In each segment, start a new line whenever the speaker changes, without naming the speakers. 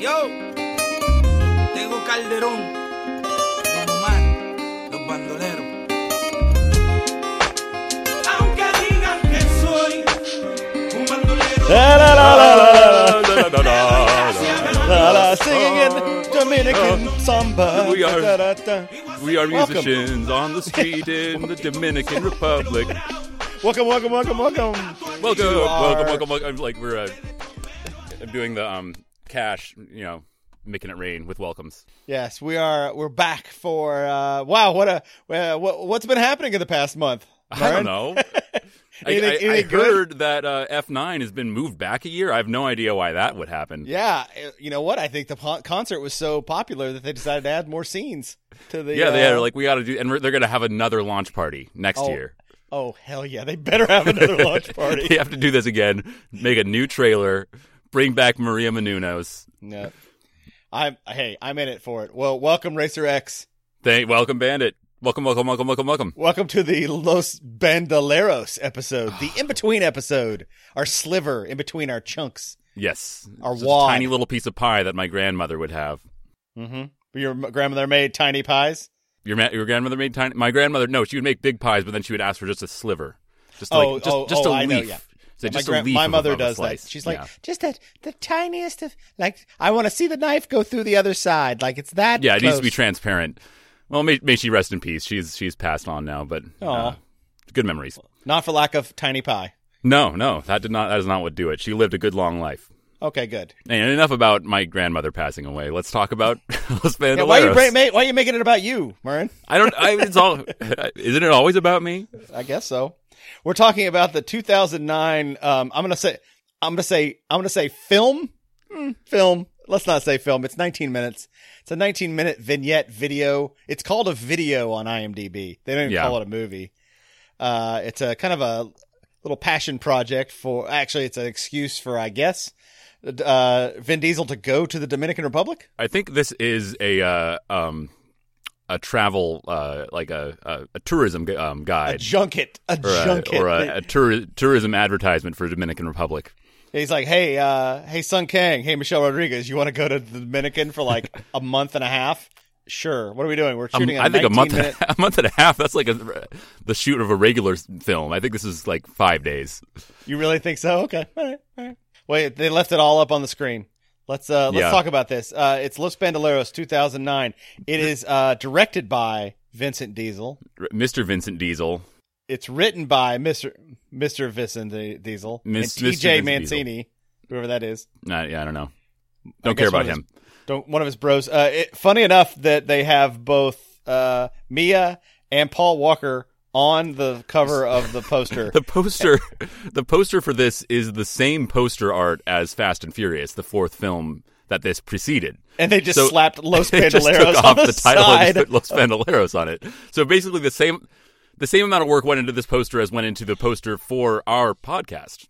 Yo, Tego Calderón, Don Omar, Los Bandoleros. Aunque digan que soy un bandolero.
La, la, la, la, la, la, la,
Gracias,
la, Singing in Dominican samba.
Oh. We are-
Da, da, da.
We are
Welcome.
musicians on the street in the Dominican Republic.
Welcome, welcome, welcome, welcome.
Welcome,
You are-
welcome, welcome, welcome. I'm like we're uh, I'm doing the um cash, you know, making it rain with welcomes.
Yes, we are. We're back for uh, wow. What a uh, what, what's been happening in the past month?
I
Myron?
don't know. I-
Anything-
I, I,
anything good?
heard that uh, F9 has been moved back a year. I have no idea why that would happen.
Yeah, uh, you know what? I think the po- concert was so popular that they decided to add more scenes to the.
Yeah, they
uh,
had like we got to do, and we're, they're going to have another launch party next
Oh.
year.
Oh hell yeah! They better have another launch party.
they have to do this again. Make a new trailer. Bring back Maria Menounos.
No. I'm hey, I'm in it for it. Well, welcome Racer X.
Thank, welcome, Bandit. Welcome, welcome, welcome, welcome, welcome.
Welcome to the Los Bandoleros episode, the in between episode, our sliver in between our chunks,
Yes,
our
Just a
wad.
tiny little piece of pie that my grandmother would have.
mm-hmm. Your m- grandmother made tiny pies.
Your ma- your grandmother made tiny. My grandmother, no, she would make big pies, but then she would ask for just a sliver, just
Oh,
like just,
oh,
just
oh,
a
I
leaf.
know, yeah.
So
my
just
gran-
a leaf.
my
of a-
mother
of a
does
slice.
that. She's like,
yeah.
just that the tiniest of like I want to see the knife go through the other side. Like it's that.
yeah, it needs to be
close.
transparent. Well, may, may she rest in peace. She's she's passed on now, but uh,
Aw.
good memories.
Not for lack of tiny pie.
No, no, that did not. That is not what do it. She lived a good long life.
Okay, good.
And enough about my grandmother passing away. Let's talk about Los Bandoleros.
Yeah, why are you bra- ma- why you making it about you, Murren?
I don't. I, it's all. Isn't it always about me?
I guess so. We're talking about the 2009. Um, I'm gonna say, I'm gonna say, I'm gonna say film, Mm, film. Let's not say film. It's 19 minutes. It's a 19 minute vignette video. It's called a video on IMDb. They don't even
Yeah.
call it a movie. Uh, it's a kind of a little passion project for. Actually, it's an excuse for, I guess, uh, Vin Diesel to go to the Dominican Republic.
I think this is a uh, um a travel uh like a a, a tourism gu- um
A
guide
junket, a
or a,
junket,
or a, a tour- tourism advertisement for Dominican Republic.
He's like, hey, uh, hey, Sun Kang, hey, Michelle Rodriguez, you want to go to the Dominican for like a month and a half? Sure. What are we doing? We're
Um,
shooting.
I think a
19
month and
Minute...
a, a month and a half. That's like a, the shoot of a regular s- film. I think this is like five days.
You really think so? Okay. All right. All right. Wait, they left it all up on the screen. Let's uh, let's
Yeah.
talk about this. Uh, it's Los Bandoleros, 2009. It is uh, directed by Vincent Diesel.
R- Mr. Vincent Diesel.
It's written by Mister Mister Vincent Di- Diesel
Miss-
and T.J.
Mr. Vincent
Mancini, whoever that is.
I, yeah, I don't know.
I
Don't care
guess one
about
of
him.
his- don't one of his bros. Uh, it, funny enough that they have both uh, Mia and Paul Walker on the cover of the poster.
The poster, the poster for this is the same poster art as Fast and Furious, the fourth film that this preceded.
and they just
so-
slapped Los
they just
Bandoleros
took
on
off
the,
the, title
side.
and just put Los Bandoleros on it. So basically, the same the same amount of work went into this poster as went into the poster for our podcast.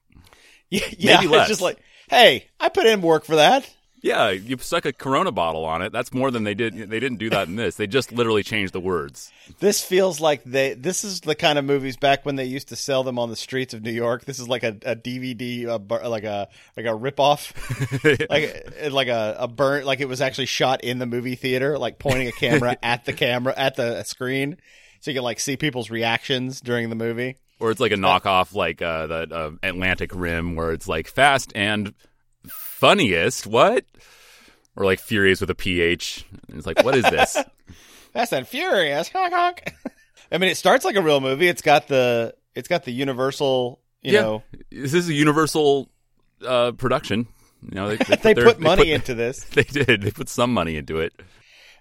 yeah, yeah,
maybe
it's
less.
just like, hey, I put in work for that.
Yeah, you stuck a Corona bottle on it. That's more than they did. They didn't do that in this. They just literally changed the words.
This feels like they. This is the kind of movies back when they used to sell them on the streets of New York. This is like a, a DVD, a, bur- like a like a ripoff. like uh, like a, a burn like it was actually shot in the movie theater like pointing a camera at the camera at the screen so you can like see people's reactions during the movie
or it's like a knockoff, like uh, the uh, Atlantic Rim, where it's like fast and funniest. What? Or like furious with a ph. It's like, what is this?
fast and furious honk, honk. i mean it starts like a real movie it's got the it's got the universal you
Yeah.
know
this is a Universal uh, production. You know, they, they put,
they
their-
put
they
money
put-
into this
They did. They put some money into it.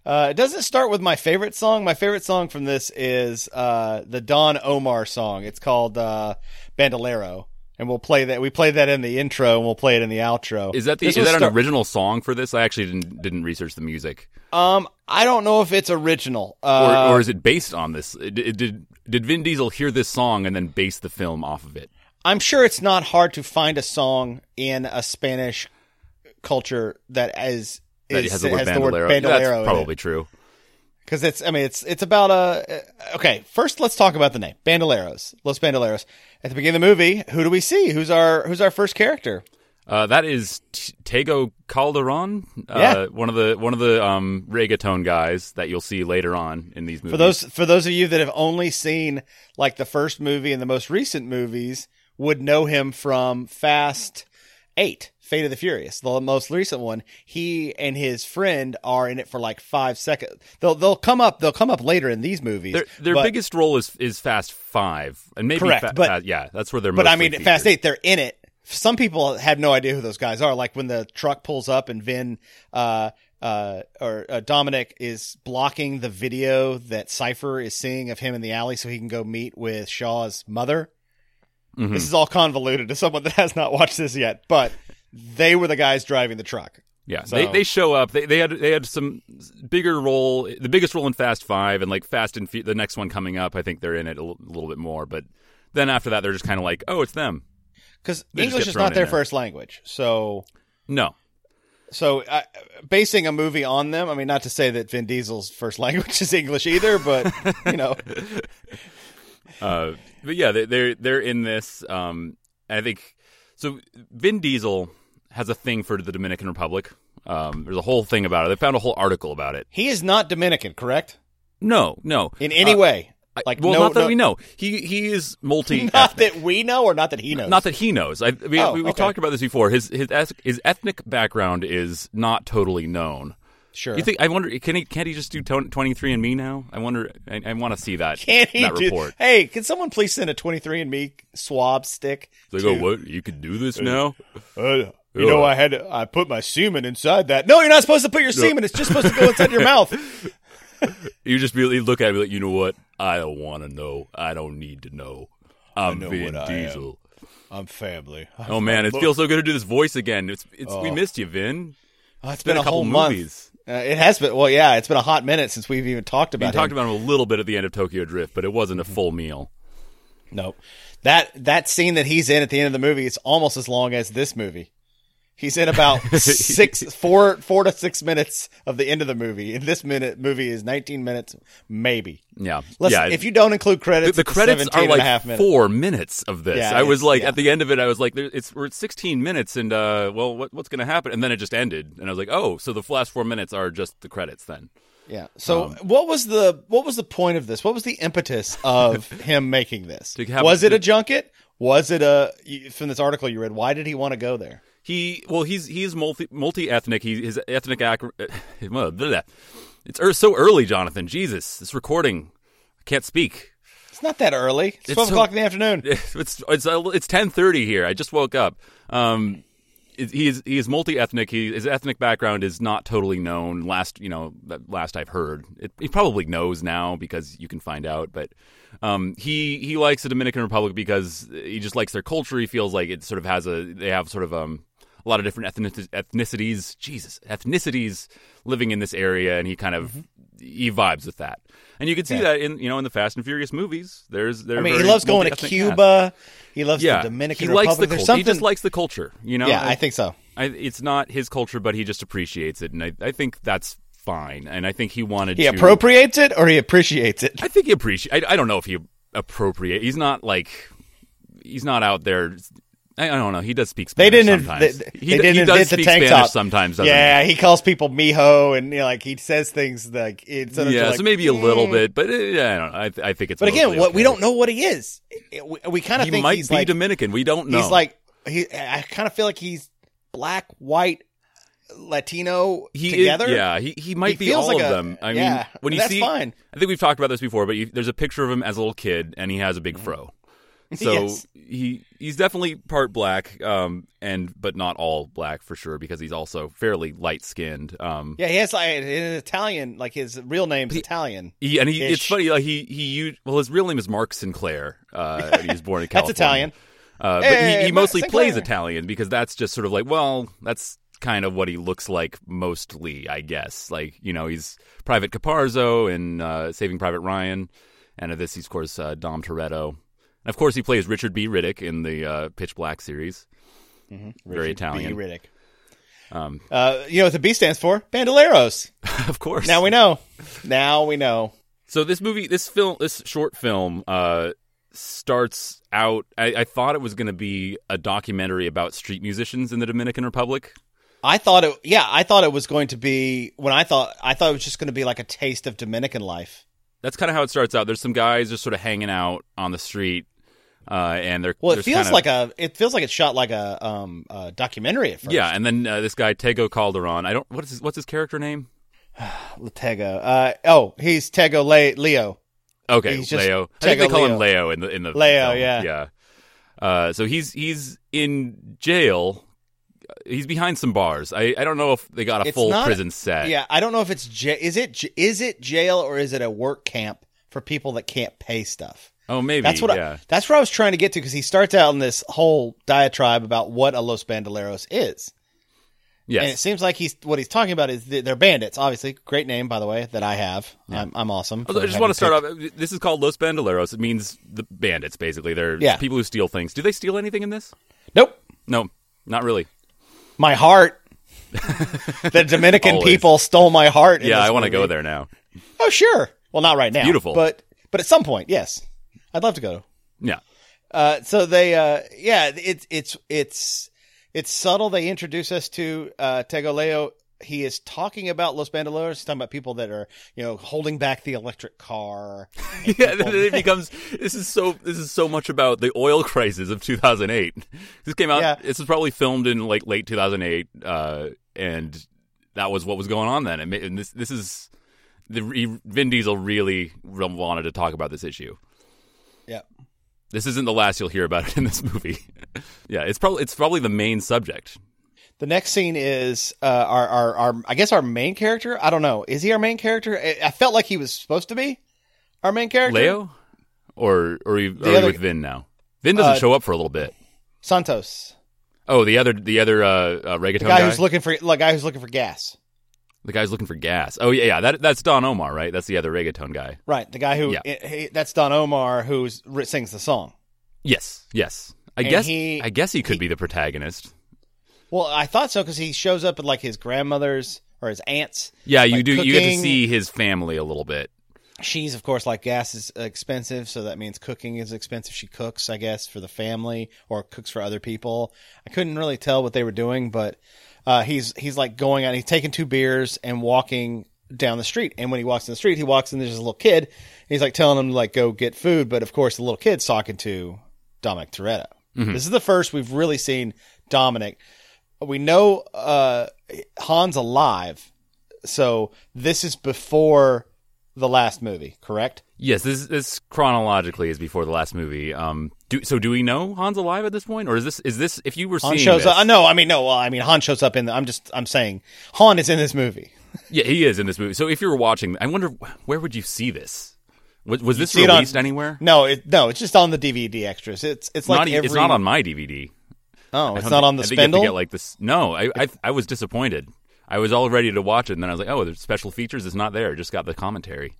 uh, it doesn't start with my favorite song my favorite song from this is uh, the don omar song it's called uh, bandolero and we'll play that we play that in the intro and we'll play it in the outro
Is that the,
This
is
was
that
start-
an original song for this? I actually didn't didn't research the music,
Um, I don't know if it's original.
or,
Uh,
or is it based on this? Did, did did Vin Diesel hear this song and then base the film off of it?
I'm sure it's not hard to find a song in a Spanish culture that is
That
is-
has the word bandolero. That's probably true.
because it's. I mean, it's it's about a. uh, Okay, first let's talk about the name Bandoleros, Los Bandoleros. At the beginning of the movie, who do we see? Who's our who's our first character?
Uh, that is T- Tego Calderon, uh,
Yeah.
one of the one of the um, reggaeton guys that you'll see later on in these movies.
For those for those of you that have only seen like the first movie and the most recent movies would know him from Fast 8, Fate of the Furious, the most recent one. He and his friend are in it for like 5 seconds. They'll they'll come up they'll come up later in these movies.
their, their
but-
biggest role is is Fast Five, and maybe
Correct,
Fa-
but-
Fa- yeah, that's where they're.
But I
mostly
mean, Fast
featured.
Eight, they're in it. Some people have no idea who those guys are. Like when the truck pulls up and Vin uh, uh, or uh, Dominic is blocking the video that Cipher is seeing of him in the alley, so he can go meet with Shaw's mother.
Mhm.
This is all convoluted to someone that has not watched this yet, but they were the guys driving the truck.
Yeah,
So-
they, they show up. They, they had they had some bigger role, the biggest role in Fast Five, and like Fast and Fu- the next one coming up. I think they're in it a l- little bit more, but then after that, they're just kind of like, oh, it's them.
Because
They just
English
get
is
thrown
not
in
their
there.
first language, so
No,
so uh, basing a movie on them. I mean, not to say that Vin Diesel's first language is English either, but you know.
uh, but yeah, they, they're they're in this. Um, and I think so. Vin Diesel has a thing for the Dominican Republic. Um, there's a whole thing about it. They found a whole article about it.
He is not Dominican, correct?
No, no,
In any
Uh,
way.
I-
Like
well,
no,
not that
no-
we know. He he is multi.
Not that we know or not that he knows.
Not that he knows. I, I mean,
Oh,
we, we
okay.
talked about this before. His his eth- his ethnic background is not totally known.
sure.
You think? I wonder. Can he? Can't he just do twenty three and Me now? I wonder. I, I want to see that.
can he
that
do
report?
Hey, can someone please send a 23andme swab stick?
They
to-
go. What? You could do this now?
Uh, you know, I had to, I put my semen inside that. No, you're not supposed to put your semen. It's just supposed to go inside your mouth.
You just be. you look at me like you know what? I don't want to know. I don't need to know. I'm
know
Vin
what I am.
Diesel.
I'm family.
Oh man, it feels so good to do this voice again. It's it's. We missed you, Vin.
Oh, it's
been
been,
a
a,
couple
whole month.
movies.
Uh, it has been. Well, yeah, it's been a hot minute since we've even talked
We
about.
talked
him.
about him a little bit at the end of Tokyo Drift, but it wasn't
Mm-hmm.
a full meal.
No, that that scene that he's in at the end of the movie, it's almost as long as this movie. He's in about six, four, four to six minutes of the end of the movie. And this minute movie is nineteen minutes, maybe.
Yeah.
Let's,
yeah.
if you don't include
the,
credits,
the credits are like
minutes.
four minutes of this.
Yeah,
I was
it's-
like,
yeah.
at the end of it, I was like, there, it's we're at 16 minutes, and uh, well, what, what's going to happen? And then it just ended, and I was like, oh, so the last four minutes are just the credits then.
Yeah. So,
Um,
what was the what was the point of this? What was the impetus of him making this?
To have-
was it a junket? Was it a you- from this article you read? Why did he want to go there?
He well, he's he's multi multi ethnic. He his ethnic ac- well, blah, blah. It's er, so early, Jonathan. Jesus, this recording, I can't speak.
It's not that early. It's,
It's
twelve
so-
o'clock in the afternoon.
it's it's it's ten thirty here. I just woke up. Um, is- he is he is multi ethnic. He his ethnic background is not totally known. Last you know that last I've heard, it, he probably knows now because you can find out. But um, he he likes the Dominican Republic because he just likes their culture. He feels like it sort of has a they have sort of um a lot of different ethnic, ethnicities. Jesus, ethnicities living in this area, and he kind of. He vibes with that, and you can see
Mm-hmm. Yeah.
that in you know in the Fast and Furious movies. There's there.
I mean, he loves going to Cuba. He loves
Yeah,
the Dominican
he likes
Republic.
the
There's
culture. He
something.
just likes the culture. You know,
yeah,
I-
I think so.
I, it's not his culture, but he just appreciates it, and I, I think that's fine. And I think he wanted
He
to
appropriates it or he appreciates it.
I think he appreciate. I, I don't know if he appropriate. He's not like he's not out there. I, I don't know. He does speak
They
Spanish.
didn't.
Sometimes.
They,
he,
they
d-
didn't
he does
invent the
speak
tank
Spanish
top.
sometimes. Doesn't
Yeah, he? calls people mijo, and you know, like he says things like it's.
He? Yeah.
like, eh. "Mm."
so maybe a little bit, but uh, yeah, I don't know. I, th- I think it's.
But again,
mostly
what we
okay.
don't know what he is. It- We, we kind of
He
think
might
he's
be
like
Dominican. We don't know.
he's like he. I kind of feel like he's black, white, Latino
he is-
together.
yeah, he, he might
He
be
feels
all
like
of
a-
them. I mean,
yeah,
when you
that's
see,
fine.
I think we've talked about this before, but you, there's a picture of him as a little kid, and he has a big fro. So
Mm. Yes.
he he's definitely part black, um, and but not all black for sure because he's also fairly light skinned. Um,
yeah. He has like an Italian. Like his real name's Italian.
he- and he, it's
Ish.
funny like he he u- well his real name is Mark Sinclair. Uh, and he was born in
That's
California.
Italian.
Uh, but he,
Hey,
he
Mark
mostly
Sinclair.
plays Italian because that's just sort of like, well, that's kind of what he looks like mostly, I guess. Like, you know, he's Private Caparzo in uh, Saving Private Ryan. And of this, he's, of course, uh, Dom Toretto. And of course, he plays Richard B. Riddick in the uh, Pitch Black series. Very
Mm-hmm.
Italian. Um,
B. Riddick. uh, you know what the B stands for? Bandoleros.
of course.
Now we know. Now we know.
So this movie, this film, this short film, uh, starts out. I, I thought it was going to be a documentary about street musicians in the Dominican Republic.
I thought it. Yeah, I thought it was going to be when I thought I thought it was just going to be like a taste of Dominican life.
That's kind of how it starts out. There's some guys just sort of hanging out on the street, uh, and they're
Well, it
there's
feels
kind of-
like a. It feels like it's shot like a um a documentary at first.
yeah. And then uh, this guy Tego Calderon. I don't what's his what's his character name?
Tego. Uh oh, he's Tego Le- Leo.
Okay,
He's just
Leo. I think they
Tego
call
Leo.
him Leo in the in the
Leo,
film.
yeah.
yeah. Uh, so he's he's in jail. He's behind some bars. I, I don't know if they got a
It's
full
not-
prison set.
Yeah, I don't know if it's j- is it j- is it jail or is it a work camp for people that can't pay stuff.
Oh, maybe.
That's what
yeah.
I, that's where I was trying to get to because he starts out in this whole diatribe about what a Los Bandoleros is,
yes.
and it seems like he's what he's talking about is th- they're bandits. Obviously, great name by the way that I have. I'm, I'm awesome.
I just want to start off. This is called Los Bandoleros. It means the bandits, basically. They're
Yeah.
people who steal things. Do they steal anything in this?
Nope,
No, not really.
my heart. the Dominican
Always.
people stole my heart. in
Yeah,
this
I want to
movie.
go there now.
Oh sure. Well, not right now.
Beautiful.
but but at some point, yes, I'd love to go.
Yeah.
Uh, so they, uh, yeah, it's it's it's it's subtle. They introduce us to uh, Tegoleo. He is talking about Los Bandoleros. He's talking about people that are, you know, holding back the electric car.
Yeah, then it becomes this is so this is so much about the oil crisis of 2008. This came out
Yeah.
this was probably filmed in like late 2008 uh and that was what was going on then. And ma- And this this is the re- Vin Diesel really re- wanted to talk about this issue.
Yeah,
This isn't the last you'll hear about it in this movie. yeah, it's probably it's probably the main subject.
The next scene is uh, our, our our I guess our main character. I don't know. Is he our main character? I, I felt like he was supposed to be our main character.
Leo or or are you, are you
other-
with Vin now? Vin doesn't
Uh,
show up for a little bit.
Santos,
Oh, the other the other uh, uh reggaeton
the guy, who's looking for the guy who's looking for gas.
The guy's looking for gas. Oh yeah, yeah. That that's Don Omar, right? That's the other reggaeton guy.
Right, the guy who
Yeah.
eh, he- that's Don Omar who sings the song.
Yes, yes. I
And
guess
he-
I guess he could be the protagonist.
Well, I thought so because he shows up at like his grandmother's or his aunt's.
Yeah, you
like,
do. You get to
cooking.
see his family a little bit.
She's of course like gas is expensive, so that means cooking is expensive. She cooks, I guess, for the family or cooks for other people. I couldn't really tell what they were doing, but uh, he's he's like going out. He's taking two beers and walking down the street. And when he walks in the street, he walks in. There's this little kid. He's like telling him like go get food, but of course the little kid's talking to Dominic Toretto. This is the first we've really seen Dominic. We know uh, Han's alive, so this is before the last movie, correct?
Yes, this this chronologically is before the last movie. Um, do, so do we know Han's alive at this point, or is this is this if you were
Han
seeing
shows
this,
up. Uh, No, I mean no. Well, I mean Han shows up in. The, I'm just. I'm saying Han is in this movie.
Yeah, he is in this movie. So if you were watching, I wonder where would you see this? Was, was this
see it on-
released anywhere?
No, it, no. It's just on the DVD extras. It's. It's like
not, e-
every.
It's not on my DVD.
Oh,
I
it's
don't
not on the
think- I think you have to
spindle.
get, like, this- No, I, I I was disappointed. I was all ready to watch it, and then I was like, oh, there's special features. It's not there. It Just got the commentary.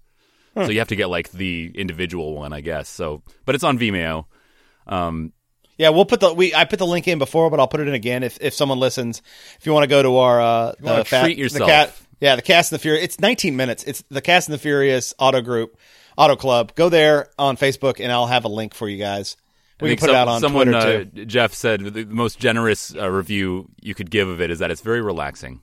So you have to get like the individual one, I guess. So, but it's on Vimeo.
yeah, we'll put the. We I put the link in before, but I'll put it in again if if someone listens. If you want to go to our. Uh,
wanna
the fat,
treat
The
yourself.
cat, yeah, the Cast and the Furious. It's 19 minutes. It's the Cast and the Furious Auto Group, Auto Club. Go there on Facebook, and I'll have a link for you guys.
I
We can
think
put
some-
it out on
someone,
Twitter
uh,
too.
Jeff said the most generous uh, review you could give of it is that it's very relaxing.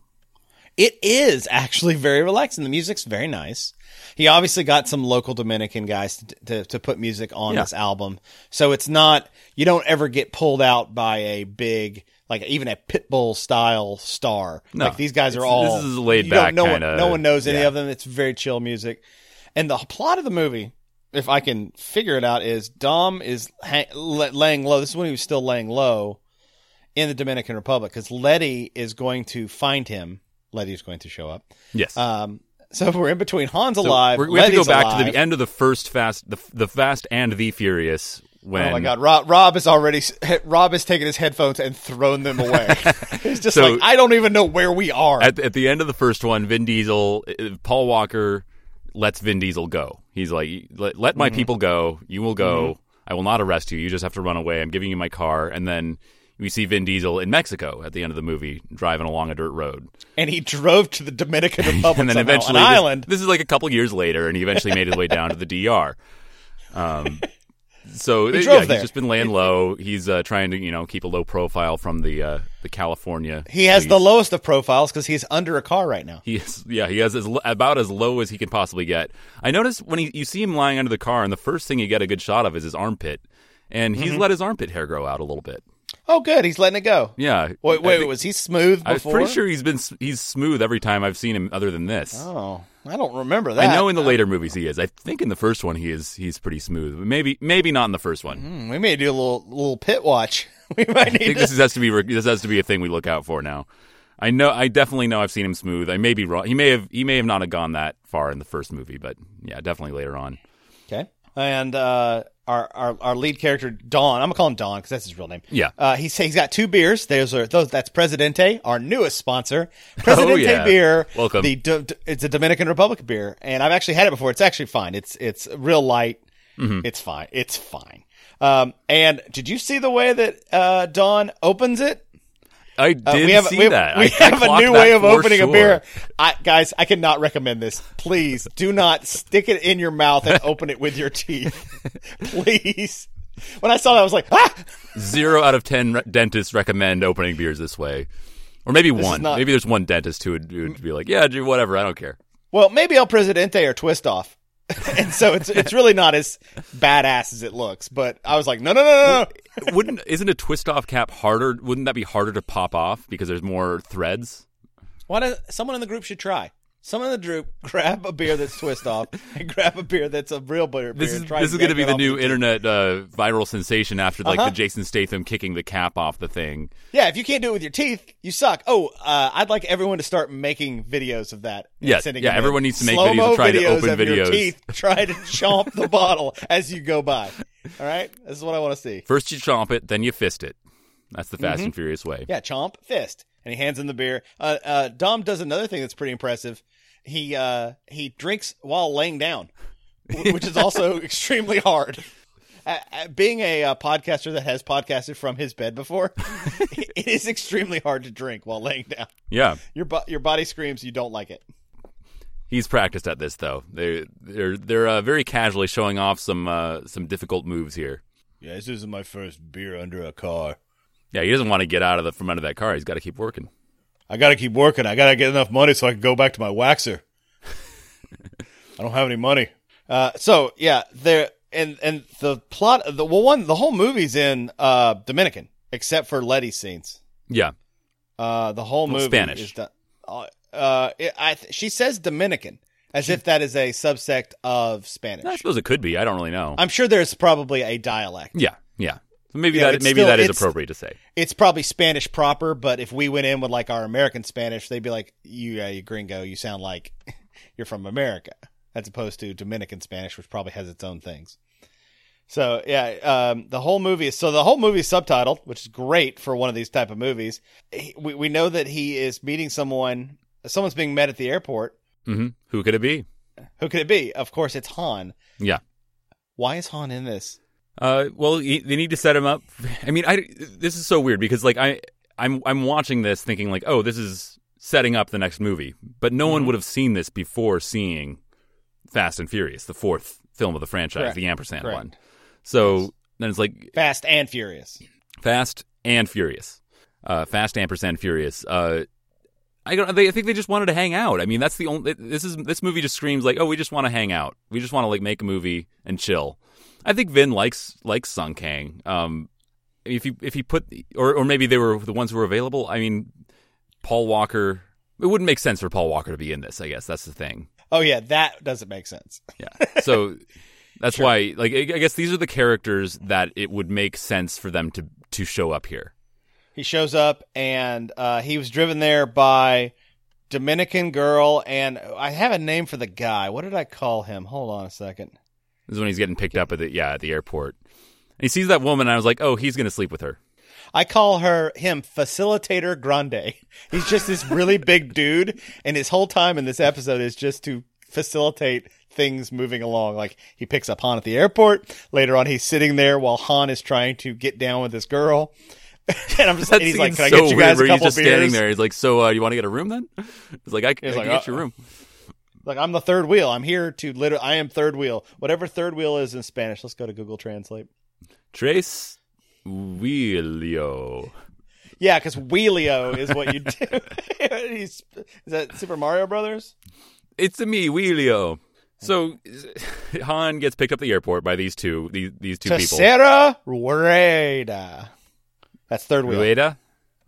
It is actually very relaxing. The music's very nice. He obviously got some local Dominican guys to, to, to put music on
Yeah.
this album. So it's not, you don't ever get pulled out by a big, like even a Pitbull style star.
No.
like these guys are
It's-
all,
this is laid
you don't-
back
No one,
kinda-
no one knows any
yeah.
of them. It's very chill music. And the plot of the movie, if I can figure it out, is Dom is hang, la- laying low. This is when he was still laying low in the Dominican Republic because Letty is going to find him. Letty is going to show up.
Yes.
Um, so we're in between Han's
So
alive.
we're- we have to go
Letty's
back to
alive.
the end of the first Fast, the, the Fast and the Furious. When
Oh my God, Rob, Rob is already s- Rob has taken his headphones and thrown them away. He's just
So-
like I don't even know where we are.
at, at the end of the first one, Vin Diesel, uh, Paul Walker lets Vin Diesel go. He's like, let, let
Mm-hmm.
my people go. You will go. I will not arrest you. You just have to run away. I'm giving you my car. And then we see Vin Diesel in Mexico at the end of the movie driving along a dirt road.
and he drove to the Dominican Republic
and then
somehow,
eventually,
an
this-
island.
This, is like a couple years later, and he eventually made his way down to the DR. Um, so yeah,
drove there.
he's just been laying low. He's uh, trying to you know keep a low profile from the uh, the California.
He has the
police.
lowest of profiles because he's under a car right now.
He is, yeah, he has as, l- about as low as he can possibly get. I noticed when he, you see him lying under the car, and the first thing you get a good shot of is his armpit, and he's
Mm-hmm.
let his armpit hair grow out a little bit.
Oh, good. He's letting it go.
Yeah,
Wait,
I
wait,
think-
was he smooth
I was
before?
pretty sure he's been s- he's smooth every time I've seen him, other than this.
Oh, I don't remember that. uh,
I know in the later movies he is. I think in the first one he is he's pretty smooth. But maybe maybe not in the first one.
we may do a little little pit watch. We might
I
need
think
to.
this has to be re- this has to be a thing we look out for now. I know I definitely know I've seen him smooth. I may be wrong. He may have he may have not have gone that far in the first movie, but yeah, definitely later on.
Okay. And uh, our, our our lead character Don, I'm gonna call him Don because that's his real name.
Yeah.
Uh, he's he's got two beers. Those are those. That's Presidente, our newest sponsor. Presidente
Oh, yeah.
beer.
Welcome.
The D- D- it's a Dominican Republic beer, and I've actually had it before. It's actually fine. It's it's real light.
Mm-hmm.
It's fine. It's fine. Um, and did you see the way that uh, Don opens it?
I did
Uh, we have
see
we have,
that.
we
I- I
have a
clocked
new
that
way of
for
opening a
sure.
beer, I, guys. I cannot recommend this. Please do not stick it in your mouth and open it with your teeth. Please. When I saw that, I was like, ah,
Zero out of ten re- dentists recommend opening beers this way, or maybe one.
not-
Maybe there's one dentist who would, who would be like, "Yeah, do whatever. I don't care."
well, maybe El Presidente or Twist Off. and so it's it's really not as badass as it looks. But I was like, no, no, no, no, no.
Wouldn't isn't a twist off cap harder? Wouldn't that be harder to pop off because there's more threads?
Why does someone in the group should try? Someone in the group grab a beer that's twist off and grab a beer that's a real beer. beer
This is
and try
this
to
is going
yank
to be
it
the
off
new
with-
internet uh, viral sensation after like
Uh-huh.
the Jason Statham kicking the cap off the thing.
Yeah, if you can't do it with your teeth, you suck. Oh, uh, I'd like everyone to start making videos of that. and
Yeah,
sending
yeah,
them in.
everyone needs to make
Slow-mo
videos of trying to
videos
open
of Your
videos.
teeth, try to chomp the bottle as you go by. All right, this is what I want to see.
First you chomp it, then you fist it. That's the Fast and Furious way.
Mm-hmm. Yeah, chomp fist, and he hands him the beer. Uh, uh, Dom does another thing that's pretty impressive. He uh, he drinks while laying down, wh- which is also extremely hard. Uh, uh, being a uh, podcaster that has podcasted from his bed before, it is extremely hard to drink while laying down.
Yeah.
Your bo- your body screams you don't like it.
He's practiced at this though. They they're they're uh, very casually showing off some uh, some difficult moves here.
Yeah, this isn't my first beer under a car.
Yeah, he doesn't want to get out of the from under that car. He's got to keep working.
I gotta keep working. I gotta get enough money so I can go back to my waxer. I don't have any money. Uh, so yeah, there and and the plot. The well, one the whole movie's in uh, Dominican except for Letty's scenes.
Yeah.
Uh, the whole movie
Spanish.
is the, uh, uh, it, I th- she says Dominican as if that is a subsect of Spanish.
I suppose it could be. I don't really know.
I'm sure there's probably a dialect.
yeah. Yeah. So maybe
Yeah,
that
it's
maybe
still-
that is
it's-
appropriate to say.
it's probably Spanish proper, but if we went in with like our American Spanish, they'd be like, "You, uh, you gringo, you sound like you're from America," as opposed to Dominican Spanish, which probably has its own things. So yeah, um, the whole movie is so the whole movie is subtitled, which is great for one of these type of movies. He- we we know that he is meeting someone. Someone's being met at the airport.
hmm Who could it be?
Who could it be? Of course, it's Han.
Yeah.
Why is Han in this?
Uh, well, he, they need to set him up. I mean, I this is so weird because like I I'm I'm watching this thinking like, oh, this is setting up the next movie, but no
Mm-hmm.
one would have seen this before seeing Fast and Furious, the fourth film of the franchise,
Correct.
the ampersand
Correct.
one. So then it's like
Fast and Furious.
Fast and Furious, uh, Fast ampersand Furious. Uh, I don't. They, I think they just wanted to hang out. I mean, that's the only. This is this movie just screams like, oh, we just want to hang out. We just want to like make a movie and chill. I think Vin likes likes Sung Kang. Um, if you if he put or or maybe they were the ones who were available. I mean, Paul Walker. It wouldn't make sense for Paul Walker to be in this. I guess that's the thing.
Oh yeah, that doesn't make sense.
Yeah. So that's why, like, I I guess these are the characters that it would make sense for them to to show up here.
He shows up and uh, he was driven there by Dominican girl and I have a name for the guy. What did I call him? Hold on a second.
This is when he's getting picked up at the yeah at the airport. And he sees that woman, and I was like, oh, he's gonna sleep with her.
I call her him Facilitator Grande. He's just this really big dude, and his whole time in this episode is just to facilitate things moving along. Like he picks up Han at the airport. Later on, he's sitting there while Han is trying to get down with this girl. and I'm just
That
and he's like,
scene's
"Can I
so
get you
weird,
guys
where
a couple
he's just
beers?"
standing there. He's like, so uh, you want to get a room then? He's like, I, I
He's
can
like,
get
uh,
your room.
Like I'm the third wheel. I'm here to literally. I am third wheel. Whatever third wheel is in Spanish. Let's go to Google Translate.
Trace Wheelio.
Yeah, because wheelio is what you do. He's- is that Super Mario Brothers?
It's a me, Wheelio. So Han gets picked up at the airport by these two these these two people.
Tercera Rueda. That's third wheel.
Rueda?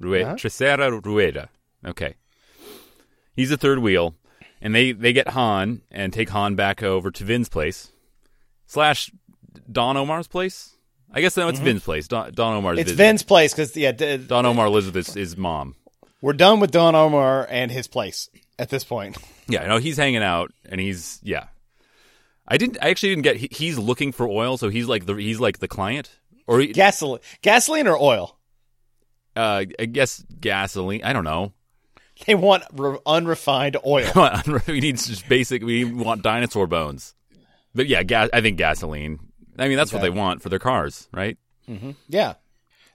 Rueda.
Uh-huh.
Tresera Rueda. Okay. He's the third wheel. And they, they get Han and take Han back over to Vin's place. Slash Don Omar's place? I guess no, it's Vin's place. Don, Don Omar's
Mm-hmm. It's
visit.
Vin's place because yeah, d-
Don Omar lives with his, his mom.
we're done with Don Omar and his place at this point.
Yeah, no, he's hanging out, and he's yeah. I didn't. I actually didn't get. He, he's looking for oil, so he's like the he's like the client, or he-
Gasoline, gasoline or oil?
uh, I guess gasoline. I don't know.
They want re- unrefined oil.
we need just basic. We want dinosaur bones, but yeah, gas. I think gasoline. I mean, that's what
Okay.
they want for their cars, right?
Yeah,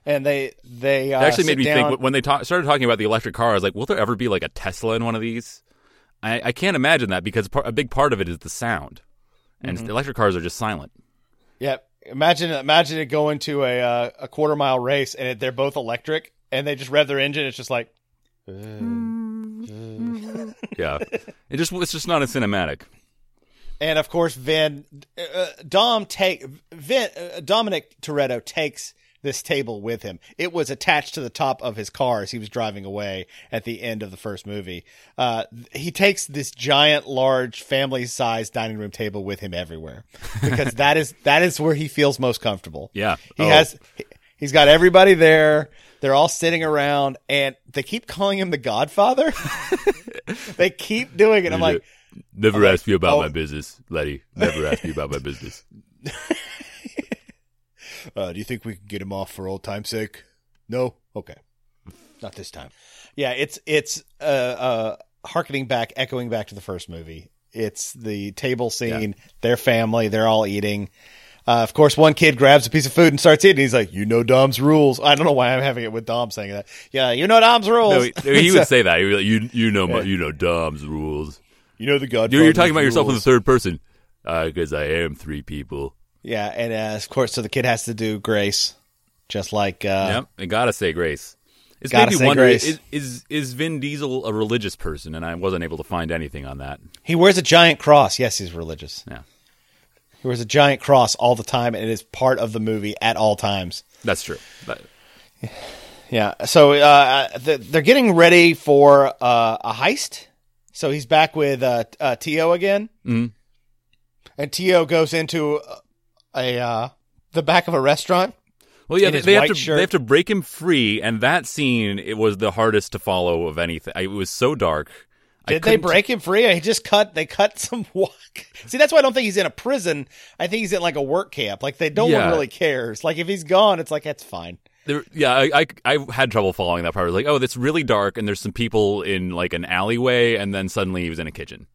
and they they uh,
It actually
sit
made me
down-
think when they ta- started talking about the electric car. I was like, will there ever be like a Tesla in one of these? I, I can't imagine that because par- a big part of it is the sound, and
Mm-hmm.
electric cars are just silent.
Yeah, imagine imagine it going to a uh, a quarter mile race and it, they're both electric and they just rev their engine. It's just like
Yeah, it just it's just not a cinematic.
and of course Vin uh, Dom take Vin uh, Dominic Toretto takes this table with him. It was attached to the top of his car as he was driving away at the end of the first movie. Uh, he takes this giant, large, family-sized dining room table with him everywhere because that is that is where he feels most comfortable.
Yeah.
he
Oh.
has he- he's got everybody there. They're all sitting around, and they keep calling him the Godfather. they keep doing it. I'm like,
Never ask me about
oh.
my business, Letty. Never ask me about my business.
Uh, do you think we can get him off for old time's sake? No. Okay. Not this time. Yeah, it's it's uh uh harkening back, echoing back to the first movie. It's the table scene, their family, they're all eating. Uh, of course, one kid grabs a piece of food and starts eating. He's like, "You know Dom's rules." I don't know why I'm having it with Dom saying that. Yeah, you know Dom's rules.
No, he, he
So-
would say that. He'd be like, you, you know, my, you know, Dom's rules.
you know the God.
You're, you're talking about yourself in the third person because I am three people.
Yeah, and uh, of course, so the kid has to do grace, just like uh,
yep, I gotta say grace. It's
Gotta
made me
say
wonder
grace.
Is, is is Vin Diesel a religious person? And I wasn't able to find anything on that.
he wears a giant cross. Yes, he's religious.
Yeah,
There was a giant cross all the time, and it is part of the movie at all times.
that's true. But
Yeah. So uh, th- they're getting ready for uh, a heist. So he's back with uh, t- uh, Tio again, and Tio goes into a uh, the back of a restaurant.
Well, yeah,
in
they,
his
they have
white
to
shirt.
they have to break him free, and that scene it was the hardest to follow of anything. I- It was so dark. I
Did they
couldn't-
break him free? He just cut. They cut some walk. See, that's why I don't think he's in a prison. I think he's in like a work camp. Like they no one
Yeah.
really cares. Like if he's gone, it's like that's fine.
There, yeah, I, I I had trouble following that part. I was like, oh, that's really dark, and there's some people in like an alleyway, and then suddenly he was in a kitchen.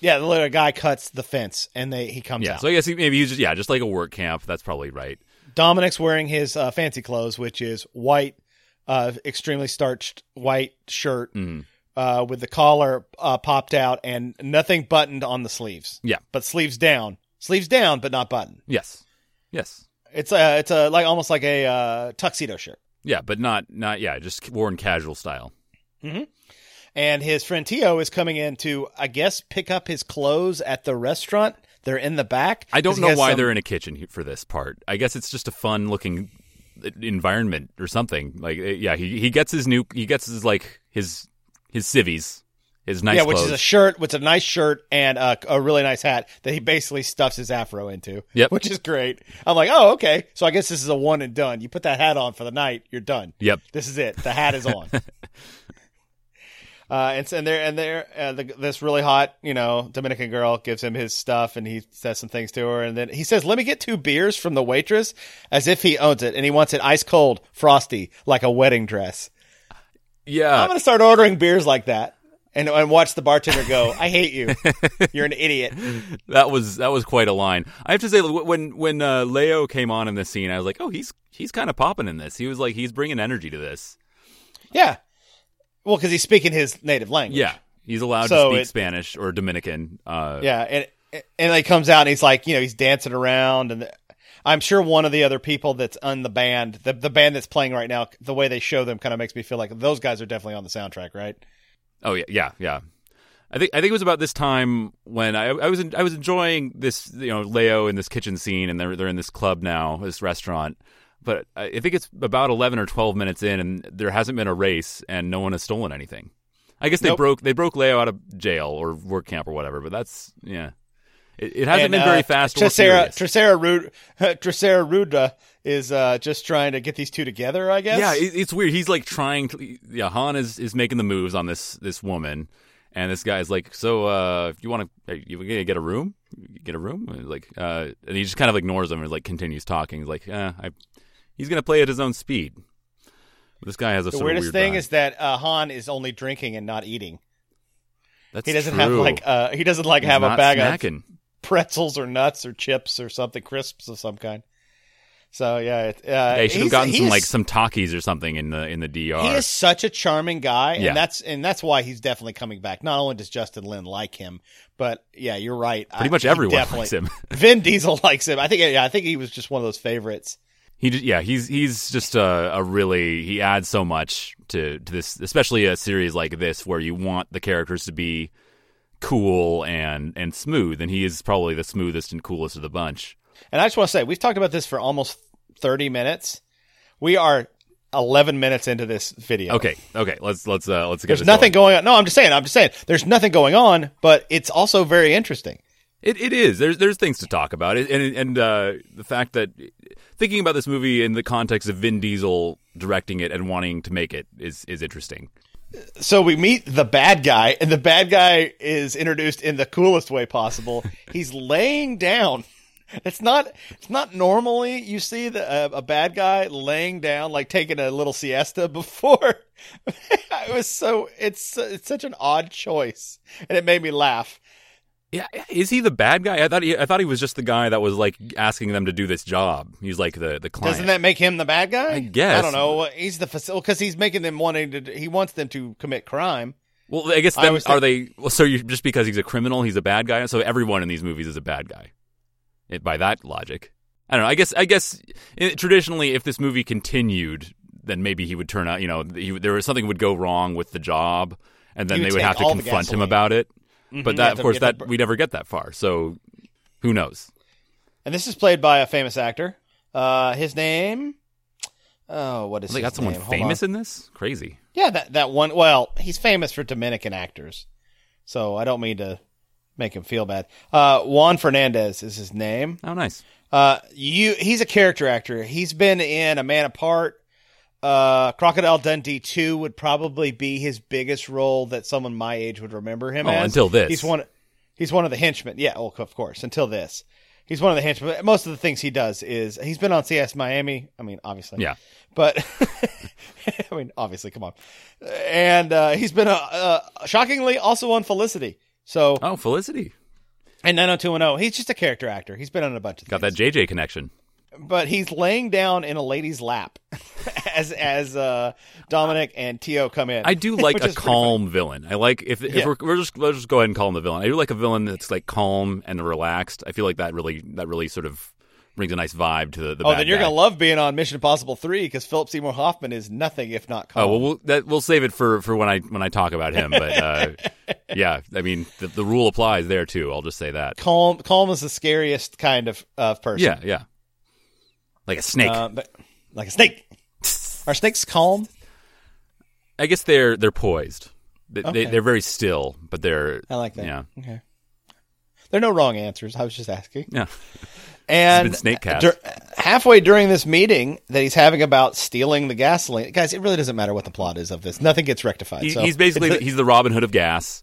Yeah, the little guy cuts the fence, and they he comes
Yeah,
out.
so I guess he, maybe he's just yeah, just like a work camp. That's probably right.
Dominic's wearing his uh, fancy clothes, which is white, uh, extremely starched white shirt
Mm-hmm.
uh, with the collar uh, popped out and nothing buttoned on the sleeves.
Yeah.
but sleeves down, sleeves down, but not buttoned.
Yes, yes,
It's a it's a like almost like a uh, tuxedo shirt.
yeah, but not not yeah, just worn casual style.
And his friend Tio is coming in to, I guess, pick up his clothes at the restaurant. They're in the back.
I
'Cause
don't
he
know
has
why
some-
they're in a kitchen he- for this part. I guess it's just a fun looking uh, environment or something. Like eh, yeah, he he gets his new he gets his like his his civvies, his nice
yeah, which
clothes.
is a shirt, which is a nice shirt and a, a really nice hat that he basically stuffs his afro into.
Yep.
which is great. I'm like, oh, okay. So I guess this is a one and done. You put that hat on for the night, you're done.
Yep.
this is it. The hat is on. uh, and s- and there and there, uh, the, this really hot, you know, Dominican girl gives him his stuff, and he says some things to her, and then he says, "Let me get two beers from the waitress," as if he owns it, and he wants it ice cold, frosty, like a wedding dress.
yeah,
I'm gonna start ordering beers like that. And, and watch the bartender go. I hate you. You're an idiot.
That was that was quite a line. I have to say, wh- when when uh, Leo came on in this scene, I was like, oh, he's he's kind of popping in this. He was like, he's bringing energy to this.
Yeah. Well, because he's speaking his native language.
Yeah, He's allowed
So
to speak
it-
Spanish or Dominican. Uh,
Yeah, and and it comes out and he's like, you know, he's dancing around, and I'm sure one of the other people that's on the band, the the band that's playing right now, the way they show them kind of makes me feel like those guys are definitely on the soundtrack, right?
Oh yeah, yeah, yeah. I think I think it was about this time when I, I was in, I was enjoying this you know Leo in this kitchen scene and they're they're in this club now this restaurant, but I, I think it's about eleven or twelve minutes in and there hasn't been a race and no one has stolen anything. I guess they
Nope.
broke they broke Leo out of jail or work camp or whatever, but that's yeah. It, it hasn't
And,
been very
uh,
fast. or
Tresera
furious.
Tresera Rude Tresera Ruda is uh, just trying to get these two together, I guess.
Yeah, it, it's weird. He's like trying to. Yeah, Han is is making the moves on this this woman, and this guy's like, "So, uh, if you want to, you gonna get a room? Get a room?" And like, uh, and he just kind of ignores him and like continues talking. He's like, eh, I, he's gonna play at his own speed. This guy has a
the
sort of
weirdest
weird
thing
vibe.
is that uh, Han is only drinking and not eating.
That's
He doesn't
true.
have like uh, he doesn't like
He's
have a
not
bag of
snacking.
pretzels or nuts or chips or something crisps of some kind. So yeah, it, uh,
Yeah, he should have
he's-
gotten some
he's-
like some talkies or something in the in the DR.
He is such a charming guy,
Yeah.
and that's and that's why he's definitely coming back. Not only does Justin Lin like him, but yeah, you're right.
Pretty much everyone likes him.
Vin Diesel likes him. I think yeah, I think he was just one of those favorites.
He ju- yeah, he's he's just a, a really he adds so much to to this, especially a series like this where you want the characters to be cool and and smooth, and he is probably the smoothest and coolest of the bunch.
And I just want to say, we've talked about this for almost 30 minutes. We are 11 minutes into this video.
Okay, okay, let's let's uh, let's get
There's
this
nothing
going.
going on. No, I'm just saying. I'm just saying. There's nothing going on, but it's also very interesting.
It it is there's there's things to talk about, It- and and uh, the fact that thinking about this movie in the context of Vin Diesel directing it and wanting to make it is is interesting.
so we meet the bad guy, and the bad guy is introduced in the coolest way possible. He's laying down. It's not. It's not normally you see the, uh, a bad guy laying down, like taking a little siesta before. it was so. It's it's such an odd choice, and it made me laugh.
Yeah, is he the bad guy? I thought he, I thought he was just the guy that was like asking them to do this job. He's like the the client.
Doesn't that make him the bad guy?
I guess.
I don't know. He's the facility because he's making them wanting to. He wants them to commit crime.
well, I guess
I
them,
was
are they? Well, so you just because he's a criminal, he's a bad guy. So everyone in these movies is a bad guy. It, by that logic, I don't know. I guess I guess eh, traditionally, if this movie continued, then maybe he would turn out. You know, he, there was something would go wrong with the job, and then
You
they
take
would have to
all the
confront him
gasoline.
about it. but
Yeah,
that, of
to
course,
get
that
the-
we never get that far. So who knows?
And this is played by a famous actor. Uh, his name. Oh, what is
They
his
got someone
name? Hold
famous
on.
in this. Crazy.
Yeah, that that one. Well, he's famous for Dominican actors, so I don't mean to make him feel bad. Uh, Juan Fernandez is his name.
Oh, nice.
Uh, you. He's a character actor. He's been in A Man Apart. Uh, Crocodile Dundee two would probably be his biggest role that someone my age would remember him
Oh,
as.
until this.
he's one. He's one of the henchmen. Yeah, well, of course. Until this, he's one of the henchmen. Most of the things he does is he's been on CS Miami. I mean, obviously.
Yeah.
But I mean, obviously, come on. And uh, he's been uh, uh, shockingly also on Felicity. So
Oh, Felicity
and 90210, he's just a character actor. He's been on a bunch of
got that
things.
JJ connection.
But he's laying down in a lady's lap as as uh, Dominic and Tio come in.
I do like
Which
a
is pretty
calm villain. I like if, if
Yeah.
we're, we're just let's just go ahead and call him the villain. I do like a villain that's like calm and relaxed. I feel like that really that really sort of brings a nice vibe to the. the
Oh,
bad
then you're
guy.
gonna love being on Mission Impossible three because Philip Seymour Hoffman is nothing if not calm.
Oh well, we'll, that, we'll save it for, for when I when I talk about him. But uh, yeah, I mean the, the rule applies there too. I'll just say that.
calm calm is the scariest kind of uh, person.
Yeah, yeah. Like a snake.
Uh, but like a snake. Are snakes calm?
I guess they're they're poised. They,
Okay.
they, they're very still, but they're.
I like that.
Yeah,
Okay. There are no wrong answers. I was just asking.
yeah.
And uh,
been snake cast.
dur- halfway during this meeting that he's having about stealing the gasoline, guys, it really doesn't matter what the plot is of this. Nothing gets rectified.
He,
so
he's basically
it's-
he's the Robin Hood of gas.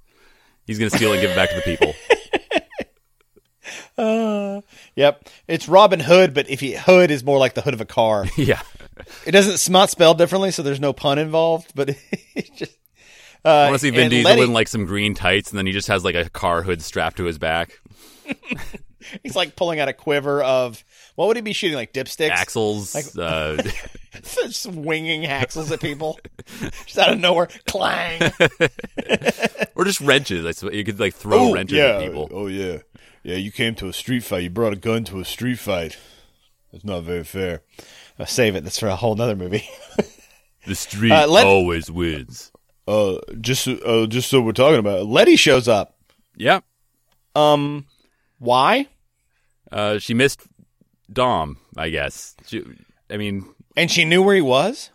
He's gonna steal and give it back to the people.
yep. It's Robin Hood, but if he hood is more like the hood of a car.
yeah,
it doesn't it's not spelled differently, so there's no pun involved. But it's just uh,
I want to see Vin
and
Diesel
Letty-
in like some green tights, and then he just has like a car hood strapped to his back.
He's like pulling out a quiver of what would he be shooting? Like dipsticks,
Axles. uh,
just winging axles at people, just out of nowhere, clang.
or just wrenches. I suppose. You could like throw wrenches
yeah.
at people.
Oh yeah, yeah. You came to a street fight. You brought a gun to a street fight. That's not very fair.
Oh, save it. That's for a whole nother movie.
The street
Uh, let-
always wins.
Uh, just uh, just so we're talking about, it, Letty shows up.
Yeah.
Um, why?
Uh, she missed Dom, I guess. She, I mean,
And she knew where he was.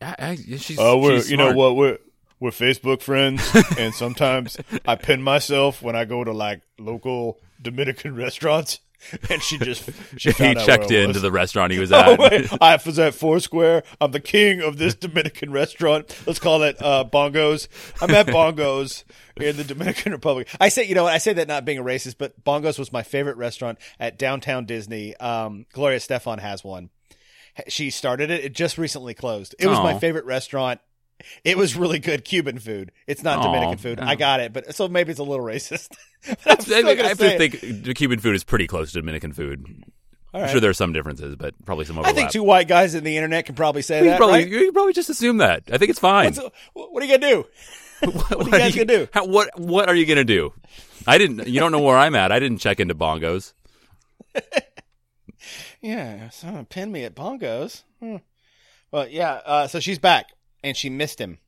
I, I, she's.
Uh, we're
she's
you know
smart.
what we're we're Facebook friends, and sometimes I pin myself when I go to like local Dominican restaurants, and she just she
He
found out
checked
where I
into
was.
the restaurant he was
Oh,
at.
wait, I was at Foursquare. I'm the king of this Dominican restaurant. Let's call it uh, Bongos. I'm at Bongos in the Dominican Republic.
I say, you know what? I say that not being a racist, but Bongos was my favorite restaurant at downtown Disney. Um, Gloria Stefan has one. She started it. It just recently closed. It was my
Aw.
favorite restaurant. It was really good Cuban food. It's not
Aw,
Dominican food.
yeah.
I got it, but so maybe it's a little racist. but I'm
I,
still
mean, I
gonna
have
say
to
it.
think the Cuban food is pretty close to Dominican food.
All
I'm
right.
sure there are some differences, but probably some
I
overlap.
think two white guys in the internet can probably say
you
that.
probably
right?
you probably just assume that. I think it's fine.
So, wh- what are you gonna do?
what,
you guys gonna do?
How, what what are you gonna do? I didn't. You don't know where I'm at. I didn't check into bongos.
Yeah, someone pinned me at Bongos. Hmm. Well, yeah, uh, so she's back and she missed him.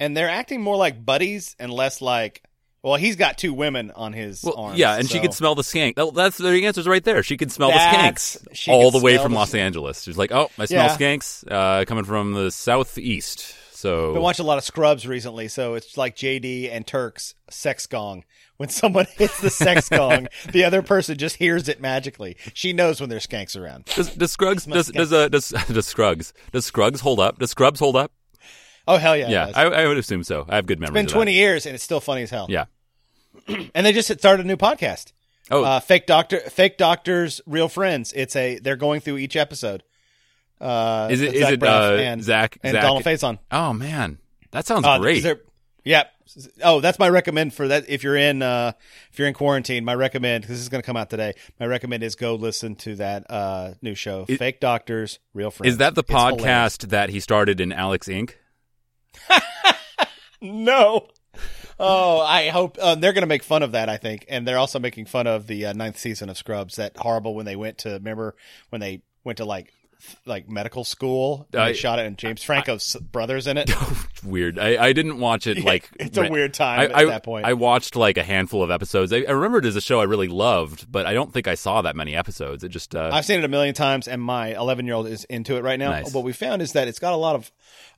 And they're acting more like buddies and less like, well, he's got two women on his
Well,
arms.
yeah, and she
so-
could smell the skank. That- That's the answer's right there. She could smell
That's-
the skanks
she
all
could
the way
smell
from
the-
Los Angeles. She's like, oh, I smell
Yeah.
skanks uh, coming from the southeast. So
Been watching a lot of Scrubs recently, so it's like JD and Turk's sex gong. When someone hits the sex gong, the other person just hears it magically. She knows when there's skanks around.
does, does Scruggs
Smells
does does, uh, does does Scruggs does Scruggs hold up? Does Scrubs hold up?
Oh hell yeah! it
Yeah,
does.
I, I would assume so. I have good memories.
It's been
of
20
that.
years and it's still funny as hell.
Yeah.
And they just started a new podcast.
Oh.
Uh, fake doctor, fake doctors, real friends. It's a they're going through each episode. Uh,
Is it-
with
is
Zach
it,
Braff
uh,
and
Zach-
and
Zach-
Donald Faison?
Oh man, that sounds
Uh,
great.
they're- Yeah. Oh, that's my recommend for that. If you're in, uh, if you're in quarantine, my recommend because this is going to come out today. My recommend is go listen to that uh, new show,
Is-
Fake Doctors, Real Friends.
Is that the
It's hilarious.
podcast that he started in Alex Inc?
No. Oh, I hope um, they're going to make fun of that. I think, and they're also making fun of the uh, ninth season of Scrubs. That horrible when they went to remember when they went to like f- like medical school. and
Uh,
they shot it, and James Franco's brothers in it.
Weird. I, I didn't watch it like
it's a
re-
weird time
I,
at
I-
that point.
I watched like a handful of episodes. I, I remember it as a show I really loved, but I don't think I saw that many episodes. It just uh,
I've seen it a million times, and my 11 year old is into it right now.
Nice.
What we found is that it's got a lot of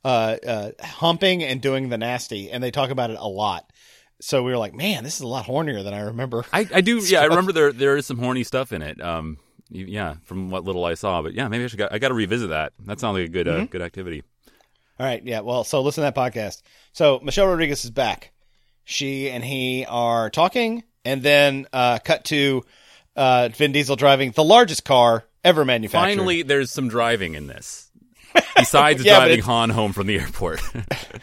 uh, uh, humping and doing the nasty, and they talk about it a lot. So we were like, man, this is a lot hornier than I remember.
I, I do. Yeah, I remember there there is some horny stuff in it. Um, y- yeah, from what little I saw, but yeah, maybe I should. Go, I got to revisit that. That sounds like a good uh,
Mm-hmm.
good activity.
All right, yeah. Well, so listen to that podcast. So Michelle Rodriguez is back. She and he are talking, and then uh, cut to uh, Vin Diesel driving the largest car ever manufactured.
Finally, there's some driving in this. Besides
Yeah, but
driving
it's-
Han home from the airport,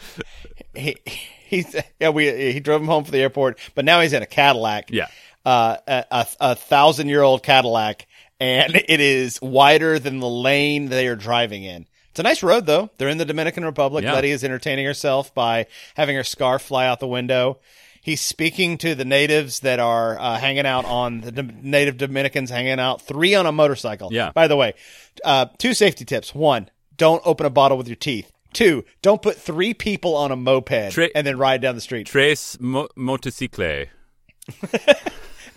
he, he's yeah. We he drove him home from the airport, but now he's in a Cadillac.
Yeah.
uh, a, a, a thousand year old Cadillac, and it is wider than the lane they are driving in. It's a nice road though. They're in the Dominican Republic.
Yeah.
Letty is entertaining herself by having her scarf fly out the window. He's speaking to the natives that are uh, hanging out on the Dom- native Dominicans hanging out three on a motorcycle.
Yeah.
By the way, uh, two safety tips. One, don't open a bottle with your teeth. Two, don't put three people on a moped
Tra-
and then ride down the street.
Trace mo- Motocicle.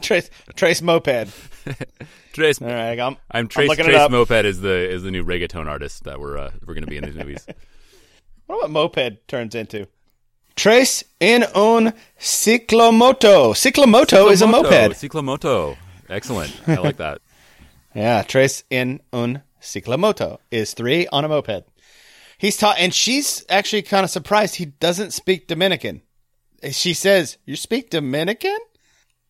trace, trace moped.
Trace.
All right, I got-
I'm Trace.
looking it
Trace
up.
Moped is the is the new reggaeton artist that we're uh, we're gonna be in these movies.
I wonder what moped turns into. Trace en un ciclomoto. Ciclomoto is Oh, a
Ciclomoto,
moped.
Ciclomoto. Excellent. I like that.
Yeah, tres en un ciclomoto is three on a moped. He's taught, and she's actually kind of surprised he doesn't speak Dominican. She says, "You speak Dominican?"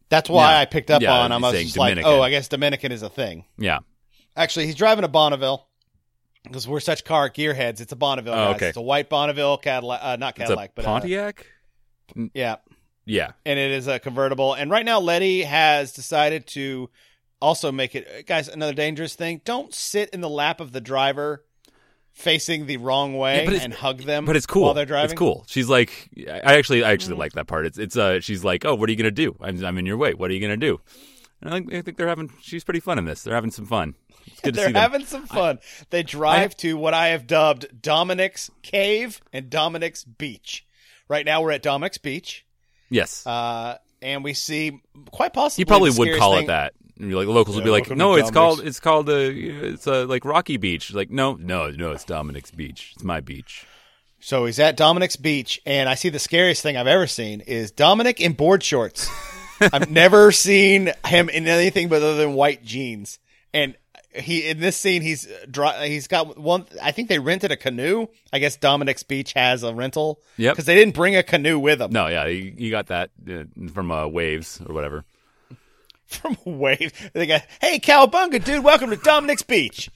That's why
Yeah.
I picked up
Yeah,
on him. I was
saying
just
Dominican.
like, "Oh, I guess Dominican is a thing."
Yeah.
Actually, he's driving a Bonneville because we're such car gearheads. It's a Bonneville.
Oh,
guys.
okay.
It's a white Bonneville Cadillac, uh, not
It's a
Cadillac, but uh,
Pontiac?
yeah,
Yeah.
and it is a convertible. And right now, Letty has decided to also make it. Guys, another dangerous thing: don't sit in the lap of the driver facing the wrong way
Yeah, but it's-
and hug them.
But it's cool.
while they're driving. Mm.
It's cool. She's like, I actually, I actually like that part. It's, it's, uh, she's like, oh, what are you gonna do? I'm, I'm in your way. What are you gonna do? And I think, I think they're having. She's pretty fun in this. They're having some fun. It's good to
They're
see them.
having some fun. they drive to what I have dubbed Dominic's Cave and Dominic's Beach. Right now, we're at Dominic's Beach,
yes.
uh, and we see quite possibly
He probably
the
would
scariest
call
thing-
it that. And you're like locals would be like,
welcome
no,
to
it's
Dominic's."
called it's called uh, it's uh, like Rocky Beach. Like, no, no, no, it's Dominic's Beach. It's my beach.
So he's at Dominic's beach, and I see the scariest thing I've ever seen is Dominic in board shorts. I've never seen him in anything but other than white jeans. And he in this scene, he's uh, dry, he's got one. I think they rented a canoe. I guess Dominic's beach has a rental.
Yep.
because they didn't bring a canoe with them
No, yeah, you, you got that uh, from uh, Waves or whatever.
from Wave. They got, hey Cowabunga, dude, welcome to Dominic's beach.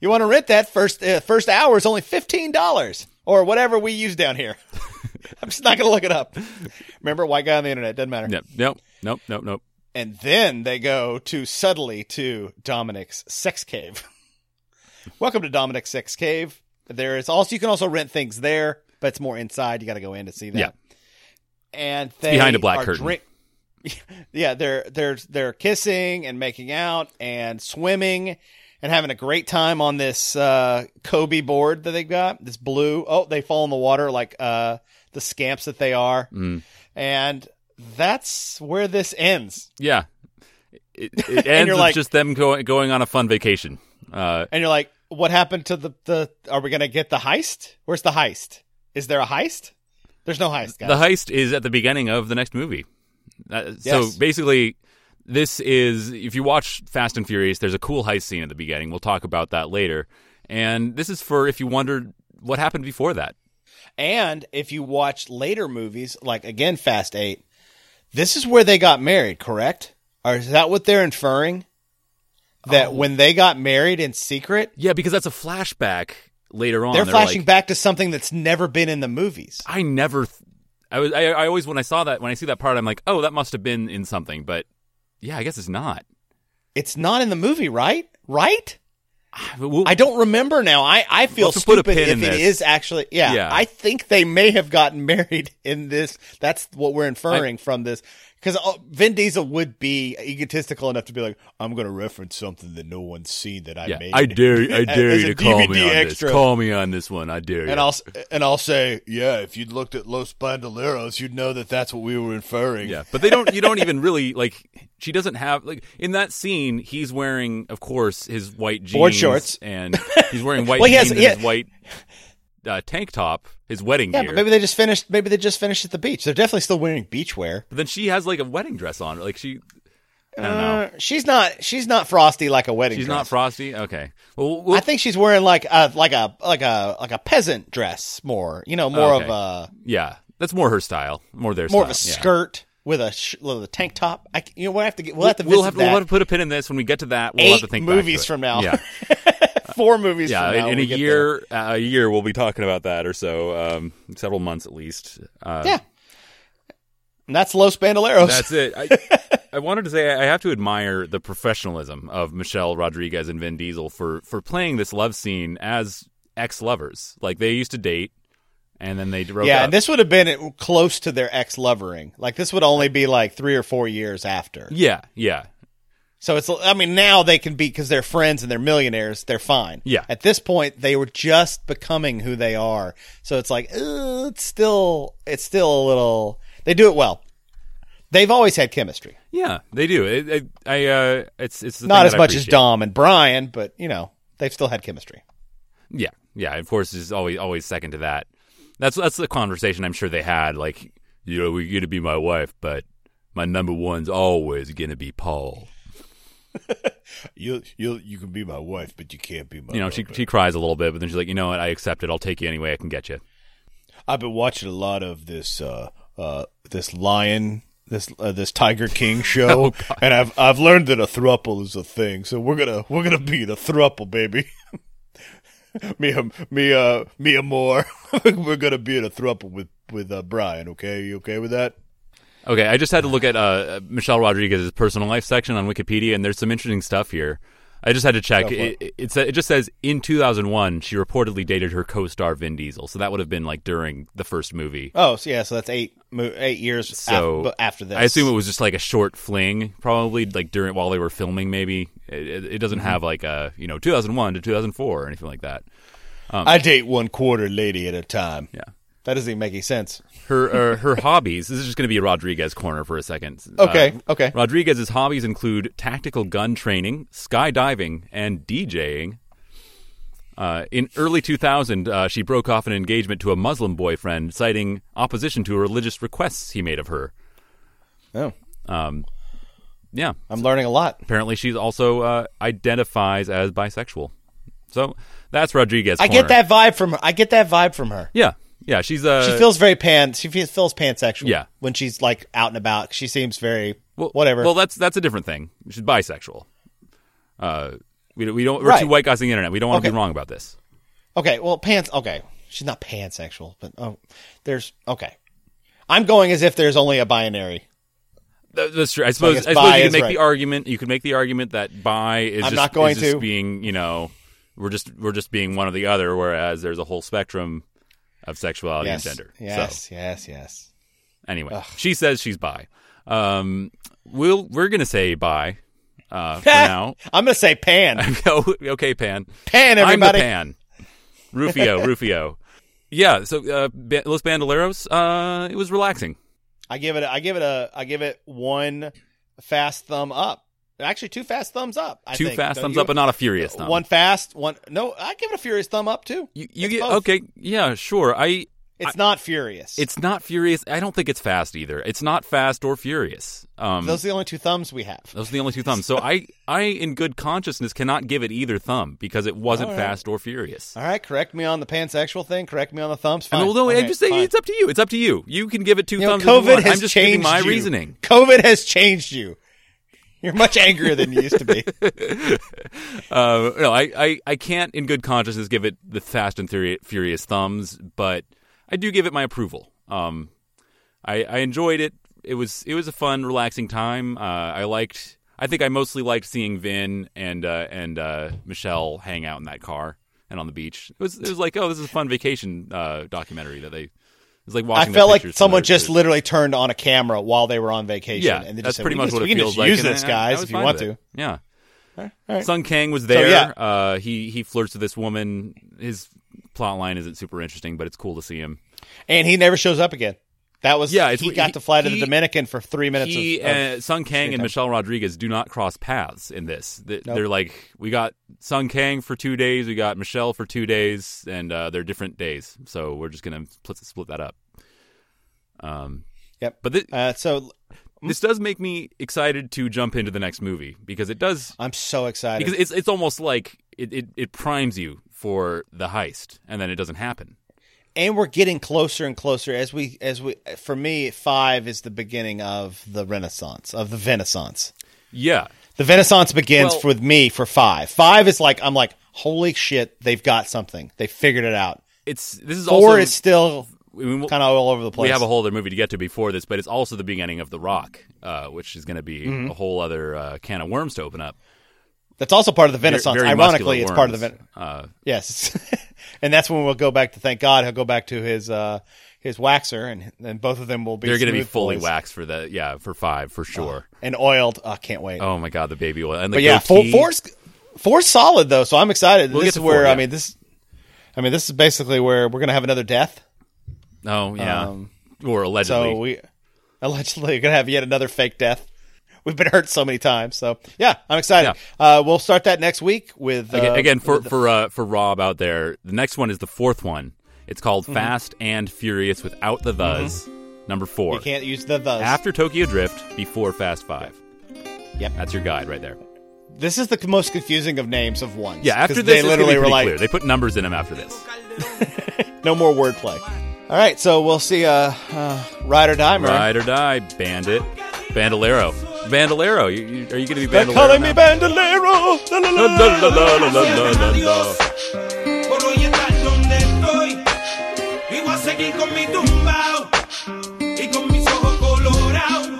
You want to rent that first uh, first hour is only fifteen dollars or whatever we use down here. I'm just not gonna look it up. Remember, white guy on the internet doesn't matter.
Yep. Nope. Nope. Nope. Nope.
And then they go to subtly to Dominic's sex cave. Welcome to Dominic's sex cave. There is also you can also rent things there, but it's more inside. You got to go in to see that.
Yeah.
And they
behind a black
are
curtain.
drink- yeah, they're they're they're kissing and making out and swimming and having a great time on this uh, Kobe board that they've got. This blue. Oh, they fall in the water like uh, the scamps that they are.
Mm.
And that's where this ends.
Yeah. It, it ends
you're
with
like-
just them going going on a fun vacation. Uh,
and you're like, what happened to the the? Are we gonna get the heist? Where's the heist? Is there a heist? There's no heist, guys.
the heist is at the beginning of the next movie. Uh,
Yes.
So basically, this is if you watch Fast and Furious, there's a cool heist scene at the beginning. We'll talk about that later. And this is for if you wondered what happened before that.
and if you watch later movies, like again Fast Eight, this is where they got married, correct? Or is that what they're inferring? That
Oh.
when they got married in secret,
Yeah, because that's a flashback later on.
they're, flashing
like,
back to something that's never been in the movies.
I never. Th- I was. I, I always when I saw that when I see that part, I'm like, oh, that must have been in something. But yeah, I guess it's not.
It's not in the movie, right? Right?
We'll-
I don't remember now. I, I feel
Let's put a
stupid
pin
if
in
it
this.
is actually. Yeah,
Yeah.
I think they may have gotten married in this. That's what we're inferring from this. Because Vin Diesel would be egotistical enough to be like,
I'm gonna reference something that no one's seen that I
yeah,
made.
I dare. I dare
As
you
a
to call
DVD
me on
extra.
this. Call me on this one. I dare you.
and I'll s-
and I'll say, yeah, if you'd looked at Los Bandoleros, you'd know that that's what we were inferring.
Yeah, but they don't. You don't even really like. She doesn't have like in that scene. He's wearing, of course, his white jeans,
Board shorts.
and he's wearing white
Well, he has-
jeans and
yeah.
his white uh, tank top, his wedding
yeah,
gear.
but maybe they just finished. Maybe they just finished at the beach. They're definitely still wearing beach wear.
But then she has like a wedding dress on. Like she, I don't know.
Uh, she's not. She's not frosty like a wedding.
She's
dress.
not frosty. Okay. Well,
I
we'll
think she's wearing like a like a like a like a peasant dress more. You know, more of
Okay.
a
yeah, that's more her style, more their
more of
style.
a
yeah.
skirt with a sh- with a tank top. I, c- you know, we'll have to get. We'll, have to.
We'll
visit
have to,
that.
we'll have to put a pin in this when we get to that. We'll have to
Eight
think back
movies
to it.
from now.
Yeah,
four movies.
yeah.
from now
in
when
a
we get
year, uh, a year, we'll be talking about that or so, um, several months at least. Uh,
there. yeah, and that's Los Bandoleros.
That's it. I, I wanted to say I have to admire the professionalism of Michelle Rodriguez and Vin Diesel for for playing this love scene as ex lovers. Like they used to date, and then they broke
yeah,
up.
and this would have been it- close to their ex lovering. Like this would only be like three or four years after.
yeah, yeah,
So it's. I mean, now they can be because they're friends and they're millionaires. They're fine.
Yeah.
At this point, they were just becoming who they are. So it's like uh, it's still it's still a little. They do it well. They've always had chemistry.
yeah. They do. It, I, I uh, it's it's the
Not
thing
as
that I
much as
appreciate.
Dom and Brian, but you know they've still had chemistry.
Yeah, yeah. Of course, is always always second to that. That's that's the conversation I'm sure they had. Like, you know, you're gonna be my wife, but my number one's always gonna be Paul.
You you you can be my wife, but you can't be my.
You know, she she cries a little bit, but then she's like, you know what? I accept it. I'll take you anyway. I can get you.
I've been watching a lot of this uh uh this lion. This uh, this Tiger King show, and I've I've learned that a thruple is a thing. So we're gonna we're gonna be the thruple, baby. me um, me uh me Moore. we're gonna be in a thruple with with uh, Brian. Okay, you okay with that?
Okay, I just had to look at uh, Michelle Rodriguez's personal life section on Wikipedia, and there's some interesting stuff here. I just had to check. It, it, it, sa- it just says in 2001, she reportedly dated her co-star Vin Diesel, so that would have been like during the first movie.
Oh, so yeah, so that's eight mo- eight years
So
af- after this.
I assume it was just like a short fling, probably like during while they were filming. Maybe it, it, it
Mm-hmm.
doesn't have like a you know 2001 to 2004 or anything like that.
I date one quarter lady at a time.
Yeah.
that doesn't even make any sense.
her uh, her hobbies. This is just going to be a Rodriguez corner for a second.
Okay,
Uh,
okay.
Rodriguez's hobbies include tactical gun training, skydiving, and DJing. Uh, in early 2000, uh, she broke off an engagement to a Muslim boyfriend, citing opposition to religious requests he made of her. Um,
No,
Yeah,
I'm learning a lot.
apparently she also uh, identifies as bisexual. So that's Rodriguez.
I get
corner.
that vibe from her. I get that vibe from her.
Yeah, yeah. She's uh,
She feels very pan. She feels, feels pansexual.
Yeah.
when she's like out and about, she seems very
Well,
whatever.
Well, that's that's a different thing. She's bisexual. Uh, we, we don't. We're
Right.
two white guys on the internet. We don't want to
Okay.
be wrong about this.
okay, well, pans. Okay, she's not pansexual, but oh, there's okay. I'm going as if there's only a binary.
That- That's true. I suppose. I,
guess
suppose
bi is
you can make
right.
the argument. You could make the argument that bi is
I'm
just,
not going
is just
to.
being. You know, we're just we're just being one or the other. Whereas there's a whole spectrum of sexuality
Yes,
and gender. So.
yes, yes, yes.
Anyway, she says she's bi. Um, we'll we're gonna say bi. Uh, for now,
I'm gonna say pan.
Oh, okay, Pan.
Pan, everybody.
I'm the Pan. Rufio, Rufio. Yeah. So uh, Ba- Los Bandoleros, uh, it was relaxing.
I give it. I give it a. I give it one fast thumb up. Actually, two fast thumbs up. I
Two
think.
fast
Don't
thumbs
you?
up, but not a furious thumb.
One fast, one no. I give it a furious thumb up too.
You, you
It's
get
both.
okay. Yeah, sure. I.
It's not furious.
It's not furious. I don't think it's fast either. It's not fast or furious. Um,
those are the only two thumbs we have.
those are the only two thumbs. So I, I, in good consciousness, cannot give it either thumb because it wasn't fast or furious.
All right, correct me on the pansexual thing. Correct me on the thumbs. Fine.
And although
Okay,
I'm just saying,
fine.
it's up to you. It's up to you. You can give it two
You know,
thumbs. if you
COVID
want.
has
I'm just giving
changed
my
you.
reasoning.
COVID has changed you. You're much angrier than you used to be.
Uh, no, I, I, I can't in good consciousness give it the fast and Furi- furious thumbs, but I do give it my approval. Um, I, I enjoyed it. It was it was a fun, relaxing time. Uh, I liked. I think I mostly liked seeing Vin and uh, and uh, Michelle hang out in that car and on the beach. It was it was like oh, this is a fun vacation uh, documentary that they. It was like
I
watching. their
felt like
pictures from
someone
their-
just
their-
literally turned on a camera while they were on vacation.
yeah,
and they
that's
just said,
pretty
"We
much
can
what
just-
it
we can
feels
just
like.
Use
and
this,
I- I
guys,
was
if you
fine
want
with it.
to.
Yeah.
All right.
Sun Kang was there.
yeah.
uh, he he flirts with this woman. His plot line isn't super interesting, but it's cool to see him.
And he never shows up again. That was
Yeah,
yeah.
it's-
He got
he-
to fly to
he-
the Dominican for three minutes.
He,
of, of-
uh, Sun Kang
screen
and
time.
Michelle Rodriguez do not cross paths in this. They, They're like, we got Sun Kang for two days, we got Michelle for two days, and uh, they're different days. So we're just gonna split, split that up. Um,
Yep.
but thi-
uh, so
this does make me excited to jump into the next movie because it does
I'm so excited.
because it's it's almost like it, it, it primes you for the heist and then it doesn't happen.
and we're getting closer and closer as we as we for me five is the beginning of the renaissance of the renaissance
Yeah.
the renaissance begins
Well-
with me for five five is like i'm like holy shit they've got something they figured it out
It's this is
four
also
is still
I mean, we'll-
kind of all over the place
we have a whole other movie to get to before this, but it's also the beginning of The Rock, uh, which is going to be
Mm-hmm.
a whole other uh, can of worms to open up.
that's also part of the
Very-
renaissance
very
ironically it's
muscular
part of the
worms.
Ven-
Uh,
yes and that's when we'll go back to thank god he'll go back to his uh his waxer and and both of them will be
they're going to be
smooth
fully
boys.
waxed for the yeah for five for sure.
and oiled i can't wait
Oh my god, the baby oil and the
But yeah, four,
goatee.
four's four's solid though, so I'm excited.
We'll
this
get to
is where
four, yeah.
I mean this, I mean this is basically where we're gonna have another death.
Oh yeah,
Um,
or allegedly.
So we allegedly are gonna have yet another fake death. We've been hurt so many times, so yeah, I'm excited. Uh, we'll start that next week with uh,
Aga- again for for uh, for Rob out there, the next one is the fourth one. It's called
Mm-hmm.
Fast and Furious without the thes. Number four.
You can't use the those.
After Tokyo Drift, before Fast Five.
Yep.
that's your guide right there.
this is the most confusing of names of ones.
Yeah,
'cause
after
they
this,
literally
it's
were
gonna be pretty
like
clear. They put numbers in them after this.
no more wordplay. All right, so we'll see. Uh, uh, ride or die, Murray.
Ride or die, Bandit, Bandolero, Bandolero. You, you, are you going to be
They're
Bandolero?
calling me
now?
Bandolero. La, la, la, la, la.
La, la, la, la, la, la,
Gracias a
la.
Dios por hoy estar donde estoy. Y voy a seguir con mi tumbao y con mis ojos colorados.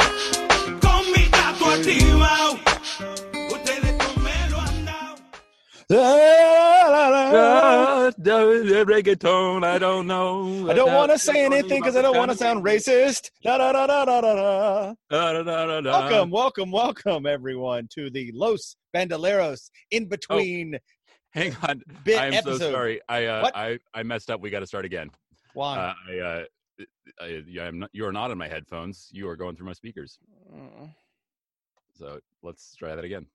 reggaeton. I don't know.
I don't want to say anything because I don't want to sound racist. Da, da, da, da, da, da, da. Welcome, welcome, welcome, everyone, to the Los Bandoleros in between.
Hang on.
Bit
I'm so
episode.
sorry. I, uh,
What?
I I messed up. We got to start again.
Why?
Uh, I, uh, I, I am not, you are not on my headphones. You are going through my speakers. So let's try that again.